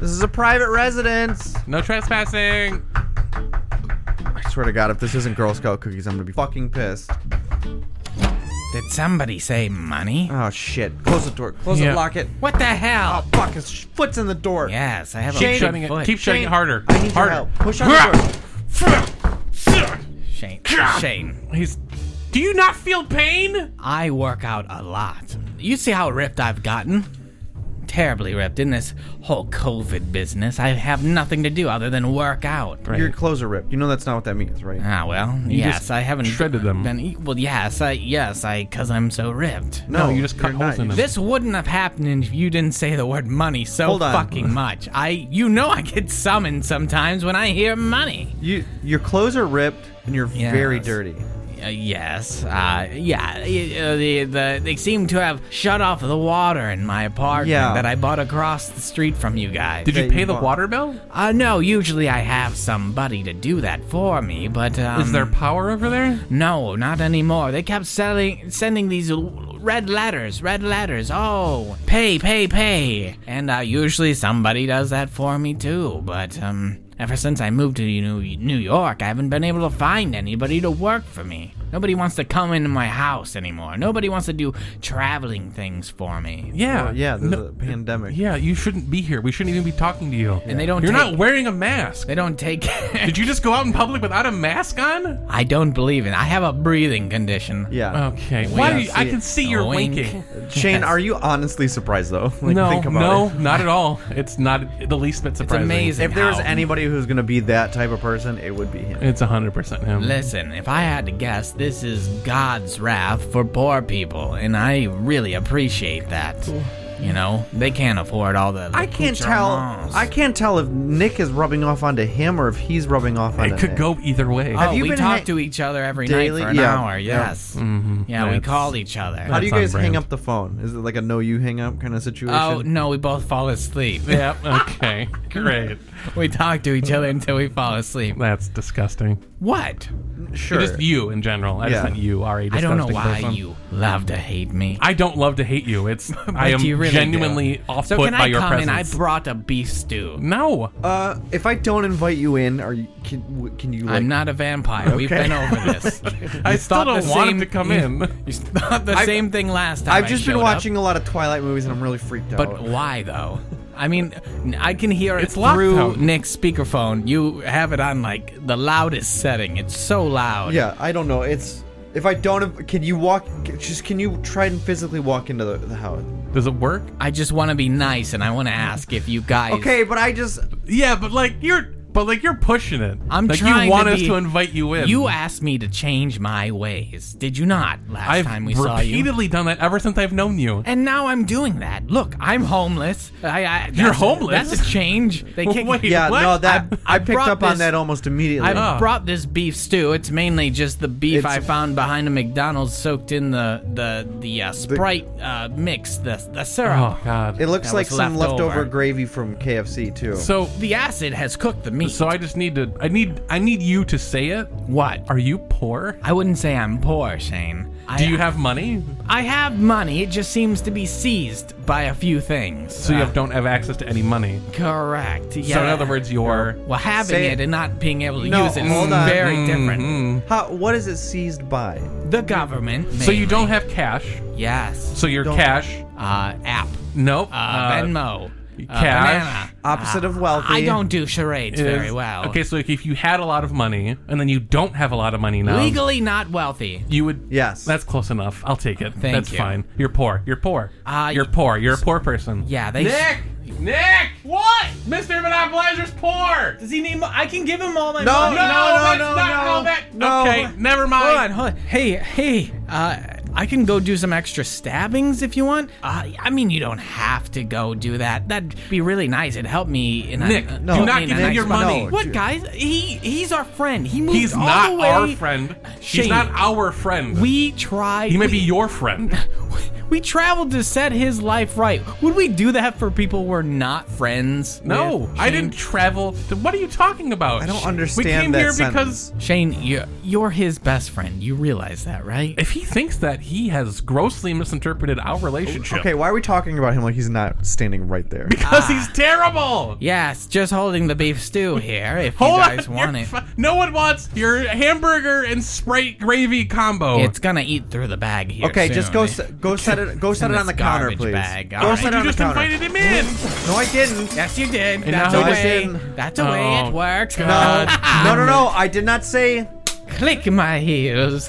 S2: this is a private residence.
S1: No trespassing.
S2: I swear to God, if this isn't Girl Scout cookies, I'm gonna be fucking pissed.
S3: Did somebody say money?
S2: Oh shit! Close the door. Close
S1: Yeah.
S2: it. Lock it.
S3: What the hell?
S2: Oh fuck! His sh- foot's in the door.
S3: Yes, I have
S1: Keep
S3: a
S1: shutting
S3: big
S1: it.
S3: foot.
S1: Keep shutting it
S2: Shane,
S1: harder.
S2: I need your
S1: harder.
S2: help. Push on the door.
S3: Shane. Shane,
S1: He's. Do you not feel pain?
S3: I work out a lot. You see how ripped I've gotten? Terribly ripped in this whole COVID business. I have nothing to do other than work out.
S2: Your clothes are ripped. You know that's not what that means, right?
S3: Ah well,
S1: just
S3: yes, I haven't
S1: shredded them.
S3: Been, e- well, yes, I yes, I because I'm so ripped.
S1: No, you just cut
S2: you're
S1: holes
S2: not.
S1: in them.
S3: This wouldn't have happened if you didn't say the word money so
S2: Hold on.
S3: fucking much. I, you know, I get summoned sometimes when I hear money.
S2: You, your clothes are ripped and you're
S3: Yes.
S2: very dirty.
S3: Uh, yes. Uh, yeah. y- uh, the, the, they seem to have shut off the water in my apartment
S2: Yeah.
S3: that I bought across the street from you guys.
S1: Did you
S2: Okay,
S1: pay
S2: you
S1: the
S2: bought-
S1: water bill?
S3: uh, no, usually I have somebody to do that for me, but um,
S1: Is there power over there?
S3: No, not anymore. They kept selling, sending these l- red letters, red letters. Oh, pay, pay, pay. And uh, usually somebody does that for me too. But um, ever since I moved to New New York, I haven't been able to find anybody to work for me. Nobody wants to come into my house anymore. Nobody wants to do traveling things for me.
S1: Yeah.
S2: Well, yeah, there's
S1: No-
S2: a pandemic.
S1: yeah, you shouldn't be here. We shouldn't even be talking to you.
S3: And they don't.
S1: You're
S3: take,
S1: not wearing a mask.
S3: They don't take.
S1: Did you just go out in public without a mask on?
S3: I don't believe in. I have a breathing condition.
S2: Yeah.
S1: Okay. Why? do you- I
S2: see
S1: can
S2: it.
S1: see you're
S3: Wink.
S1: winking.
S2: Shane, are you honestly surprised though? Like,
S1: no,
S2: think about
S1: no,
S2: it.
S1: not at all. It's not the least bit surprising.
S3: amazing.
S2: If there was
S3: No.
S2: anybody who's gonna be that type of person, it would be him.
S1: It's 100% him.
S3: Listen, if I had to guess, this is God's wrath for poor people, and I really appreciate that. You know, they can't afford all the.
S2: I can't tell.
S3: accoutrements.
S2: I can't tell if Nick is rubbing off onto him or if he's rubbing off onto.
S1: it could
S2: Nick.
S1: go either way.
S3: Oh,
S2: Have you
S3: we
S2: been
S3: talk
S2: ha-
S3: to each other every
S2: Daily?
S3: night for an
S2: Yeah.
S3: hour.
S2: Yeah. Mm-hmm.
S3: Yes. Yeah, we
S1: That's-
S3: call each other.
S2: How do you
S1: That's on
S2: guys hang
S1: brand.
S2: up the phone? Is it like a no you hang up kind of situation?
S3: oh no, we both fall asleep.
S1: Yep. Okay. Great.
S3: we talk to each other until we fall asleep.
S1: That's disgusting.
S3: What?
S2: sure.
S1: Just you in general. I
S2: Yeah.
S1: just meant you are a
S3: I
S1: disgusting
S3: don't know why
S1: person.
S3: you love to hate me.
S1: I don't love to hate you. It's I am
S3: you really do.
S1: genuinely off
S3: so
S1: put
S3: can
S1: by
S3: I
S1: your
S3: come
S1: presence. Mm.
S3: in? I brought a beef stew.
S1: no.
S2: Uh, if I don't invite you in, are you can, w- can you? Like,
S3: I'm not a vampire. We've
S2: Okay.
S3: been over this.
S1: I still
S3: thought
S1: don't
S3: the
S1: want him
S3: same-
S1: to come
S3: you-
S1: in.
S3: You thought the same thing last time.
S2: I've
S3: I
S2: just been
S3: showed
S2: watching a lot of Twilight movies, and I'm really freaked out.
S3: Up. But why though? I mean, I can hear it
S1: It's locked
S3: through
S1: out.
S3: Nick's speakerphone. You have it on like the loudest setting. It's so loud.
S2: yeah, I don't know. It's if I don't, have, can you walk? Just can you try and physically walk into the, the house?
S1: Does it work?
S3: I just want to be nice, and I want to ask if you guys.
S2: Okay, but I just
S1: Yeah, but like you're but like you're pushing it.
S3: I'm
S1: like
S3: trying
S1: you want
S3: to
S1: us
S3: be-
S1: to invite you in.
S3: You asked me to change my ways. Did you not last
S1: I've
S3: time we saw you?
S1: repeatedly done that ever since I've known you.
S3: And now I'm doing that. Look, I'm homeless. I, I,
S1: You're
S3: that's-
S1: homeless?
S3: That's a change. They kicked
S1: Wait,
S2: yeah
S1: What?
S2: no that
S3: I-
S2: I,
S3: I
S2: picked
S3: brought
S2: up
S3: this-
S2: on that almost immediately.
S3: I
S1: Ah.
S3: brought this beef stew. It's mainly just the beef
S2: It's-
S3: I found behind a McDonald's soaked in the the the uh, Sprite uh, mix, the the syrup.
S1: Oh god.
S2: it looks
S3: that
S2: like
S3: was
S2: some
S3: left
S2: leftover
S3: over.
S2: gravy from KFC too.
S1: so
S3: The acid has cooked the meat.
S1: so I just need to I need I need you to say it.
S3: what?
S1: Are you poor?
S3: I wouldn't say I'm poor, Shane. I,
S1: Do you have money?
S3: I have money. It just seems to be seized by a few things. Uh,
S1: So you have, don't have access to any money.
S3: correct. Yeah.
S1: So in other words, you're
S3: well, having
S2: Say-
S3: it and not being able to
S2: No,
S3: use it is
S2: hold on.
S3: very
S1: Mm-hmm.
S3: different.
S2: How, what is it seized by?
S3: The government.
S1: so you
S3: mainly.
S1: don't have cash.
S3: Yes.
S1: So your
S2: Don't-
S1: cash.
S3: Uh, app.
S1: Nope.
S3: Uh, Venmo. Uh,
S1: cash.
S3: banana.
S2: Opposite of wealthy.
S3: I don't do charades
S1: is-
S3: very well.
S1: Okay, so like if you had a lot of money and then you don't have a lot of money now,
S3: Legally not wealthy.
S1: you would.
S2: Yes.
S1: that's close enough. I'll take it.
S3: Thank
S1: that's
S3: you.
S1: fine. You're poor. You're poor.
S3: Ah,
S1: you're
S3: y-
S1: poor. You're a poor person.
S3: Yeah, they.
S1: Nick, what? Mr. Monopolizer's poor. Does he need? Mo- I can give him all my
S2: No, money. no, no, no, no. No.
S1: Okay, never mind.
S3: Hold on, hold on. Hey, hey. Uh, I can go do some extra stabbings if you want. Uh, I mean, you don't have to go do that. That'd be really nice. It'd help me. In a,
S1: Nick,
S3: uh,
S1: do
S3: help
S1: not
S3: me in
S1: give
S3: a
S1: him
S3: nice
S1: your
S3: way.
S1: money. No,
S3: What,
S2: dude.
S3: guys? He he's our friend. He moved
S1: He's
S3: all
S1: not
S3: the way.
S1: our friend. He's
S3: Shane.
S1: not our friend.
S3: We tried.
S1: he may
S3: we-
S1: be your friend.
S3: We traveled to set his life right. Would we do that for people we're not friends?
S1: No,
S3: with?
S1: I didn't travel. To, what are you talking about?
S2: I don't
S1: We came
S2: understand that
S1: here
S2: sentence.
S1: because
S3: Shane, you're, you're his best friend. You realize that, right?
S1: if he thinks that he has grossly misinterpreted our relationship,
S2: Okay, why are we talking about him like he's not standing right there?
S1: because he's terrible.
S3: Yes, just holding the beef stew here if
S1: Hold
S3: you guys
S1: on,
S3: want
S1: you're
S3: it.
S1: fi- no one wants your hamburger and Sprite gravy combo.
S3: it's gonna eat through the bag here.
S2: Okay, just go
S3: soon.
S2: s- go set it go set
S3: In
S2: it on the
S3: this
S2: counter,
S3: garbage
S2: please.
S3: bag.
S2: Go
S3: All right.
S2: set it
S1: you
S2: on the
S1: just
S2: counter.
S1: invited him in.
S2: No, I didn't.
S3: Yes, you did.
S1: And
S3: That's
S1: now
S3: the
S1: he
S3: way.
S2: didn't.
S3: That's the way
S1: Oh,
S3: it works.
S1: God.
S2: No, no, no! I did not say.
S3: Click my heels,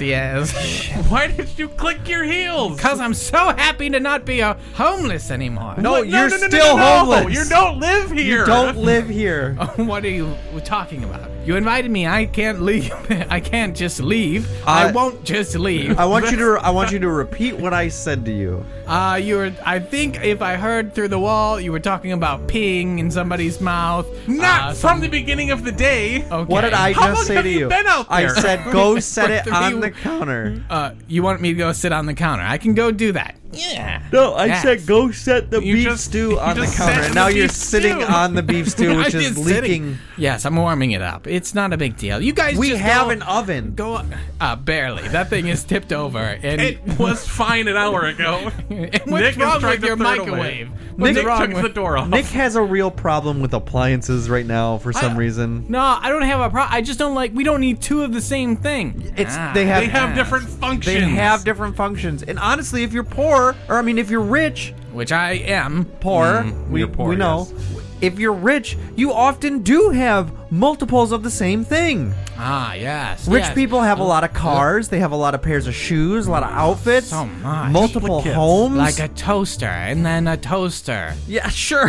S3: yes.
S1: Why did you click your heels?
S3: Cause I'm so happy to not be a homeless anymore.
S2: No,
S1: What?
S2: you're still homeless.
S1: You don't live here.
S2: You don't live here.
S3: what are you talking about? You invited me. I can't leave. I can't just leave.
S2: Uh,
S3: I won't just leave.
S1: uh,
S2: I want you to. I want you to repeat what I said to you.
S3: Uh, you were. I think if I heard through the wall, you were talking about peeing in somebody's mouth.
S1: Not
S3: Uh, Oh,
S1: from the beginning of the day.
S3: Okay.
S2: What did I
S1: How
S2: just
S1: long
S2: say
S1: have
S2: to
S1: you
S2: you?
S1: been out
S2: I
S1: there?
S2: said go set it
S3: three-
S2: on the counter.
S3: Uh, you want me to go sit on the counter? I can go do that. Yeah.
S2: No, I
S3: Yes.
S2: said go set the
S1: You
S2: beef
S1: just-
S2: stew
S1: you
S2: on the
S1: just
S2: counter.
S1: sat
S2: And
S1: the
S2: now you're
S1: beef
S2: sitting
S1: stew.
S2: on the beef stew, which
S3: I'm
S2: is
S3: just sitting.
S2: leaking.
S3: Yes, I'm warming it up. It's not a big deal. You guys,
S2: We
S3: just
S2: have
S3: go,
S2: an oven.
S3: Go uh, barely. That thing is tipped over. And
S1: It was fine an hour ago.
S3: And
S1: Nick
S3: what's
S1: is
S3: wrong
S1: trying
S3: with
S1: to
S3: your
S1: throw it
S3: microwave?
S1: away.
S3: What's
S1: Nick
S3: wrong
S1: took
S3: with-
S1: the door off.
S2: Nick has a real problem with appliances right now for some
S3: I-
S2: reason.
S3: No, I don't have a problem. I just don't like. We don't need two of the same thing.
S2: It's- they have-
S1: they have different
S2: They
S1: functions.
S2: have different functions. And honestly, if you're poor, or I mean, if you're rich,
S3: which I am.
S2: poor, we,
S3: Mm-hmm.
S1: you're poor,
S2: we know. If you're rich, you often do have multiples of the same thing.
S3: Ah, yes.
S2: Rich
S3: yes.
S2: people have a lot of cars. They have a lot of pairs of shoes, a lot of outfits,
S3: So much.
S2: multiple
S1: Duplicates.
S2: homes.
S3: like a toaster and then a toaster.
S2: yeah, sure.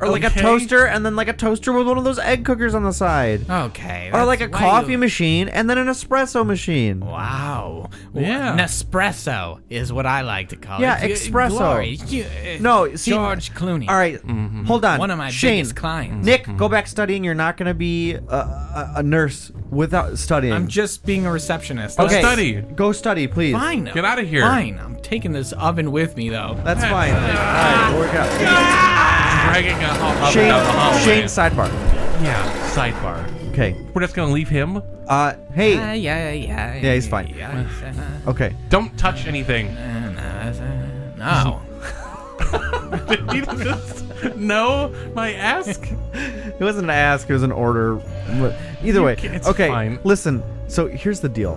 S2: or like a
S1: Okay.
S2: toaster, and then like a toaster with one of those egg cookers on the side,
S3: Okay.
S2: or
S3: Oh, that's
S2: like a
S3: way-
S2: coffee machine, and then an espresso machine.
S3: Wow.
S1: Yeah.
S3: Nespresso is what I like to call
S2: Yeah,
S3: it. You-
S2: espresso.
S3: glory. You- uh,
S2: No, see,
S3: George Clooney.
S2: All right,
S3: Mm-hmm.
S2: hold on.
S3: One of my
S2: Shane,
S3: biggest clients.
S2: Nick, go back studying. You're not going to be a, a, a nurse without studying.
S3: I'm just being a receptionist.
S1: Okay.
S3: That's
S1: Study.
S2: Go study, please.
S3: Fine.
S1: Get outta here.
S3: Fine. I'm taking this oven with me though.
S2: That's fine. All right, we'll work it out.
S1: dragging a up
S2: Shane,
S1: down the hallway.
S2: Shane, sidebar.
S1: Yeah, sidebar.
S2: Okay.
S1: We're just gonna leave him.
S2: Uh, hey.
S3: yeah, yeah, yeah.
S2: Yeah, he's fine. Okay.
S1: Don't touch anything.
S3: No.
S1: Did you just know my ask?
S2: It wasn't an ask. It was an order. Either way.
S1: ca- it's
S2: okay.
S1: fine.
S2: Listen. So here's the deal.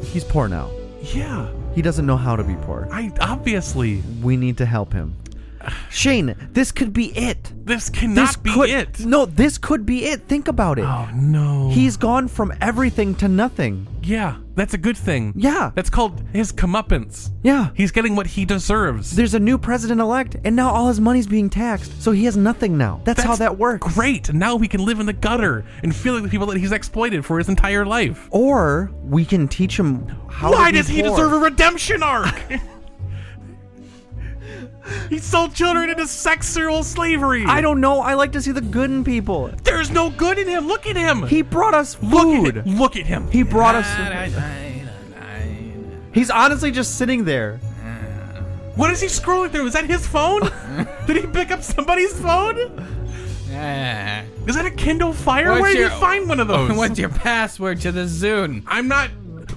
S2: He's poor now.
S1: Yeah,
S2: He doesn't know how to be poor.
S1: I obviously
S2: We need to help him. Shane, this could be it.
S1: this cannot
S2: this
S1: be
S2: could,
S1: it.
S2: No, this could be it. Think about it.
S1: Oh no.
S2: He's gone from everything to nothing.
S1: yeah. That's a good thing.
S2: Yeah.
S1: That's called his comeuppance.
S2: Yeah.
S1: He's getting what he deserves.
S2: There's a new president elect, and now all his money's being taxed, so he has nothing now. That's, how that works.
S1: Great. Now we can live in the gutter and feel like the people that he's exploited for his entire life.
S2: Or we can teach him how.
S1: Why
S2: to be
S1: does he
S2: poor.
S1: deserve a redemption arc? he sold children into sexual slavery.
S2: I don't know. I like to see the good in people.
S1: There's no good in him. Look at him.
S2: He brought us
S1: look
S2: food.
S1: at him. Look at him.
S2: He brought us. He's honestly just sitting there.
S1: What is he scrolling through? Is that his phone? Did he pick up somebody's phone?
S3: Yeah.
S1: Is that a Kindle Fire?
S3: What's
S1: Where did
S3: your- Oh,
S1: you find one of those?
S3: What's your password to the Zoom?
S1: I'm not.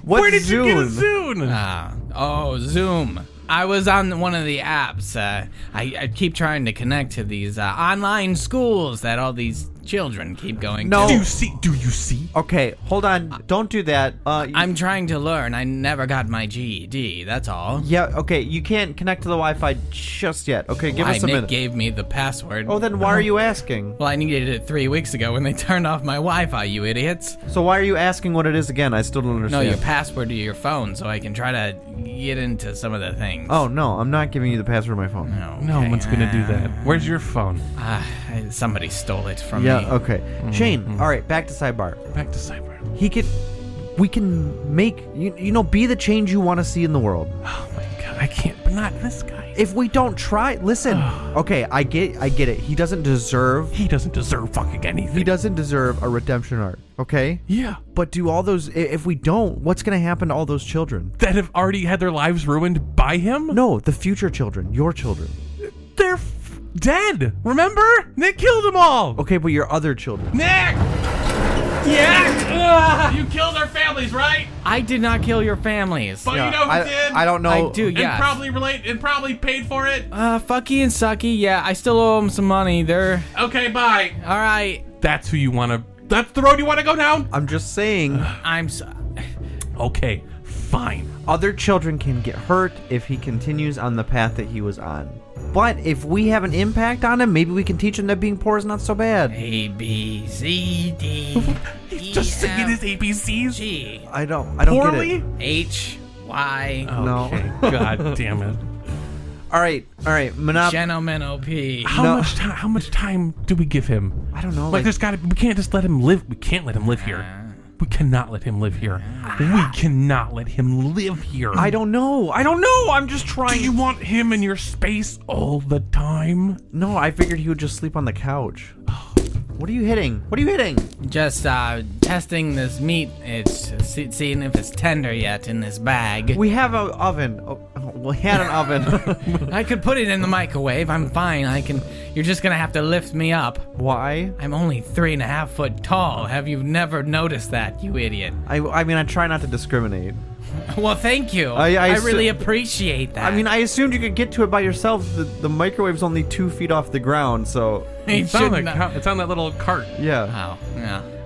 S2: What
S1: Where did you get a Zune?
S3: Ah, oh, Zoom. I was on one of the apps. Uh, I, I keep trying to connect to these uh, online schools that all these children keep going
S2: No.
S3: to.
S1: Do you see? Do you see?
S2: Okay, hold on. Don't do that. Uh,
S3: I'm trying to learn. I never got my GED, that's all.
S2: Yeah. Okay. You can't connect to the Wi-Fi just yet. Okay. Give
S3: Why
S2: us a
S3: Nick
S2: minute.
S3: gave me the password.
S2: oh, then why are you asking?
S3: Well, I needed it three weeks ago when they turned off my Wi-Fi, you idiots.
S2: So why are you asking what it is again? I still don't
S3: No,
S2: understand.
S3: your password to your phone so I can try to get into some of the things.
S2: Oh no, I'm not giving you the password to my phone.
S1: No
S3: okay,
S1: one's gonna do
S3: uh,
S1: that. Where's your phone?
S3: ah, somebody stole it from me.
S2: Yeah. Okay.
S3: Mm-hmm,
S2: Shane. All right. Back to sidebar.
S1: Back to cyber.
S2: He could. We can make you, you know be the change you want to see in the world.
S1: Oh my god, I can't. But not this guy.
S2: If we don't try, listen. okay, I get I get it. He doesn't deserve
S1: He doesn't deserve fucking anything.
S2: he doesn't deserve a redemption arc, okay?
S1: Yeah.
S2: But do all those i- if we don't, what's going to happen to all those children?
S1: That have already had their lives ruined by him.
S2: No, the future children, your children.
S1: They're f- dead. Remember? Nick killed them all.
S2: Okay, but your other children.
S1: Nick. Yeah. You killed our families, right?
S3: I did not kill your families.
S1: But you
S2: Yeah,
S1: know who
S2: I,
S1: did?
S2: I don't know.
S3: I do,
S1: And
S3: yes.
S1: probably relate and probably paid for it.
S3: Uh, fucky and sucky. Yeah, I still owe them some money. They're
S1: Okay, bye.
S3: all right.
S1: That's who you want to. That's the road you want to go down.
S2: I'm just saying
S3: I'm. So-
S1: Okay, fine.
S2: other children can get hurt if he continues on the path that he was on. But if we have an impact on him, maybe we can teach him that being poor is not so bad.
S3: A B C D.
S1: He's just
S3: E,
S1: singing
S3: F,
S1: his ABCs
S3: G
S2: I don't I don't get
S1: poorly.
S2: it.
S3: H Y.
S2: No.
S1: Okay, God damn it.
S2: All right, all right, Monop.
S3: Gentleman OP.
S1: How
S2: No.
S1: much time? How much time do we give him?
S2: I don't know.
S1: Like,
S2: Like,
S1: there's got to. We can't just let him live. We can't let him live here. We cannot let him live here. We cannot let him live here.
S2: I don't know. I don't know. I'm just
S1: Do
S2: trying.
S1: you want him in your space all the time?
S2: No, I figured he would just sleep on the couch. What are you hitting? What are you hitting?
S3: Just uh, testing this meat. It's see- seeing if it's tender yet in this bag.
S2: We have an oven. Oh, we had an oven.
S3: I could put it in the microwave. I'm fine. I can. You're just gonna have to lift me up.
S2: Why?
S3: I'm only three and a half foot tall. Have you never noticed that, you idiot?
S2: I, I mean, I try not to discriminate.
S3: Well, thank you.
S2: I- I s-
S3: really appreciate that.
S2: I mean, I assumed you could get to it by yourself. The, the microwave's only two feet off the ground, so
S3: He
S1: It's on,
S3: should
S1: that,
S3: not-
S1: co- it's on that little cart.
S2: yeah.
S3: Oh,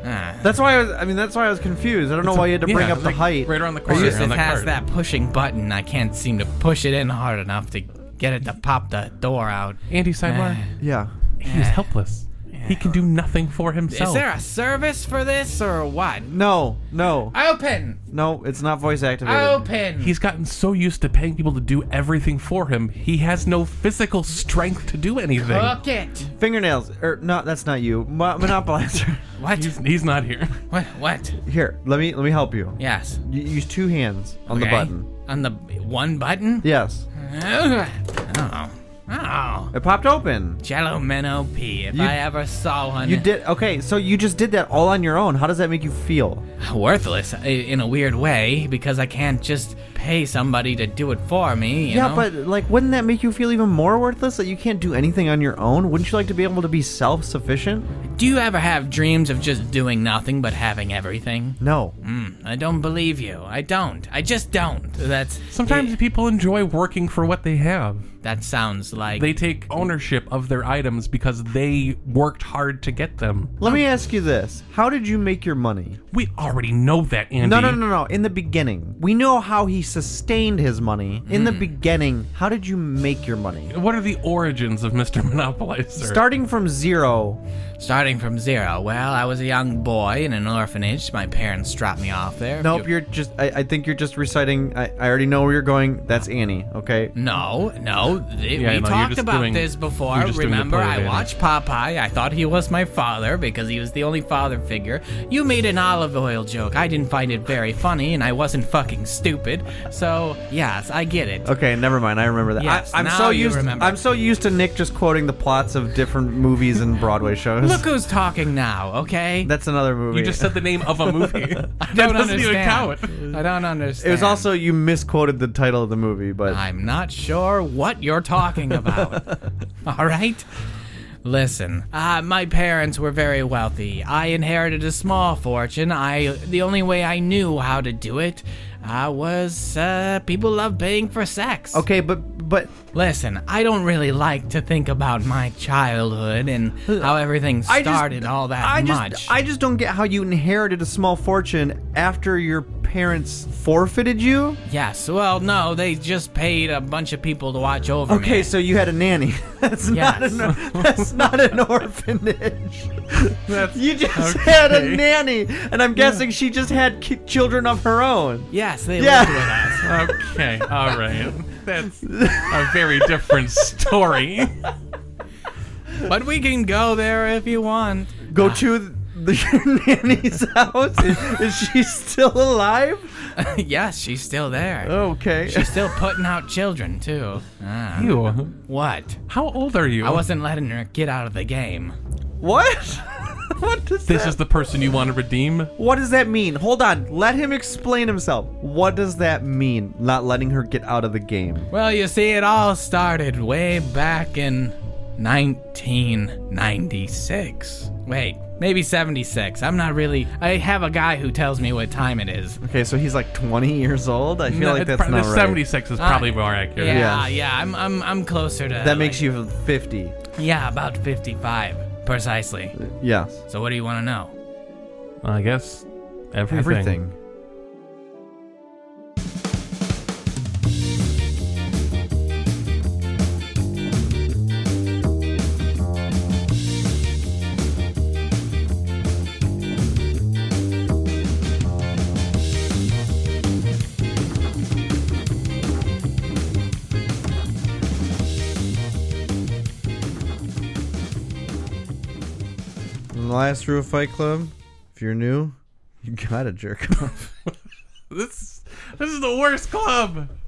S3: yeah. Uh,
S2: That's why I was. I mean, that's why I was confused. I don't know why you had to bring
S1: Yeah,
S2: up the
S1: like,
S2: height.
S1: Right around the
S3: It
S1: corner.
S3: just
S1: on
S3: it
S1: that
S3: has
S1: cart.
S3: that pushing button. I can't seem to push it in hard enough to get it to pop the door out.
S1: Andy Seidler,
S2: yeah.
S1: he is helpless. He can do nothing for himself.
S3: Is there a service for this or what?
S2: No, no,
S3: Open!
S2: no. It's not voice activated.
S3: Open!
S1: He's gotten so used to paying people to do everything for him, he has no physical strength to do anything.
S3: Book it!
S2: Fingernails. Or no, that's not you. Mo- monopolizer.
S3: What?
S1: He's, he's not here.
S3: What? What?
S2: Here, let me let me help you.
S3: Yes.
S2: You use two hands on the
S3: Okay.
S2: button.
S3: On the one button?
S2: Yes.
S3: Ugh. Oh. Oh.
S2: It popped open.
S3: Jello Men OP. If
S2: You-
S3: I ever saw one.
S2: You did okay, so you just did that all on your own. How does that make you feel?
S3: worthless i- in a weird way because I can't just pay somebody to do it for me. you
S2: yeah,
S3: know?
S2: but like wouldn't that make you feel even more worthless that you can't do anything on your own? Wouldn't you like to be able to be self-sufficient?
S3: do you ever have dreams of just doing nothing but having everything?
S2: No.
S3: Mm, I don't believe you. I don't. I just don't. That's
S1: Sometimes
S3: it-
S1: people enjoy working for what they have.
S3: that sounds like
S1: They take ownership of their items because they worked hard to get them.
S2: Let me ask you this. How did you make your money?
S1: We already know that, Andy.
S2: No, no, no, no. In the beginning. We know how he sustained his money. In the beginning, how did you make your money?
S1: What are the origins of Mr. Monopolizer?
S2: Starting from zero.
S3: starting from zero. Well, I was a young boy in an orphanage. My parents dropped me off there.
S2: Nope,
S3: You-
S2: you're just I, I think you're just reciting I, I already know where you're going. That's Annie, okay?
S3: no, no. th-
S1: Yeah,
S3: we
S1: no, you're
S3: talked
S1: just
S3: about
S1: doing-
S3: this before.
S1: you're just doing the
S3: Remember, I
S1: Palladium.
S3: watched Popeye. I thought he was my father because he was the only father figure. You made an olive oil joke. I didn't find it very funny, and I wasn't fucking stupid. So, yes, I get it.
S2: Okay, never mind. I remember that.
S3: Yes,
S2: I, I'm
S3: now
S2: so
S3: you
S2: used.
S3: remember.
S2: I'm so used to Nick just quoting the plots of different movies and Broadway shows.
S3: Look who's talking now, okay?
S2: That's another movie.
S1: You just said the name of a movie.
S3: I don't
S1: that doesn't
S3: understand.
S1: even count.
S3: I don't understand.
S2: it was also you misquoted the title of the movie, but
S3: I'm not sure what you're talking about. All right? Listen, uh, my parents were very wealthy. I inherited a small fortune. I the only way I knew how to do it uh, was uh, people love paying for sex.
S2: okay, but but
S3: Listen, I don't really like to think about my childhood and how everything
S2: I just-
S3: started all that
S2: I just
S3: much.
S2: I just don't get how you inherited a small fortune after your parents forfeited you.
S3: yes, well, no, they just paid a bunch of people to watch over me.
S2: Okay, so you had a nanny. That's not
S3: Yes.
S2: an or- that's not an orphanage.
S1: That's-
S2: You just had a
S1: Okay.
S2: nanny, and I'm guessing she just had ki- children of her own.
S3: Yes, they
S2: Yeah.
S3: lived with us.
S1: Okay, all right. That's a very different story.
S3: But we can go there if you want.
S2: go to the, your nanny's house? Is, is she still alive?
S3: yes, she's still
S2: Oh,
S3: there.
S2: Okay.
S3: She's still putting out children, too. Ah.
S1: You,
S3: What?
S1: how old are you?
S3: I wasn't letting her get out of the game.
S2: What? what does
S1: This
S2: that,
S1: is the person you want to redeem.
S2: What does that mean? Hold on. Let him explain himself. What does that mean? Not letting her get out of the game.
S3: Well, you see, it all started way back in 1996. Wait, maybe 76. I'm not really. I have a guy who tells me what time it is.
S2: Okay, so he's like 20 years old. I feel
S1: No,
S2: like
S1: it's
S2: that's
S1: prob-
S2: not
S1: the
S2: right. Uh,
S1: 76 is probably
S3: Ah,
S1: more accurate.
S3: Yeah,
S2: Yeah.
S3: yeah, I'm, I'm, I'm closer to.
S2: That makes you 50.
S3: Yeah, about 55. Precisely.
S2: Yes.
S3: So, what do you want to know?
S1: I guess everything.
S2: Everything. the last rule of Fight Club, if you're new, you gotta jerk off.
S1: This this is the worst club.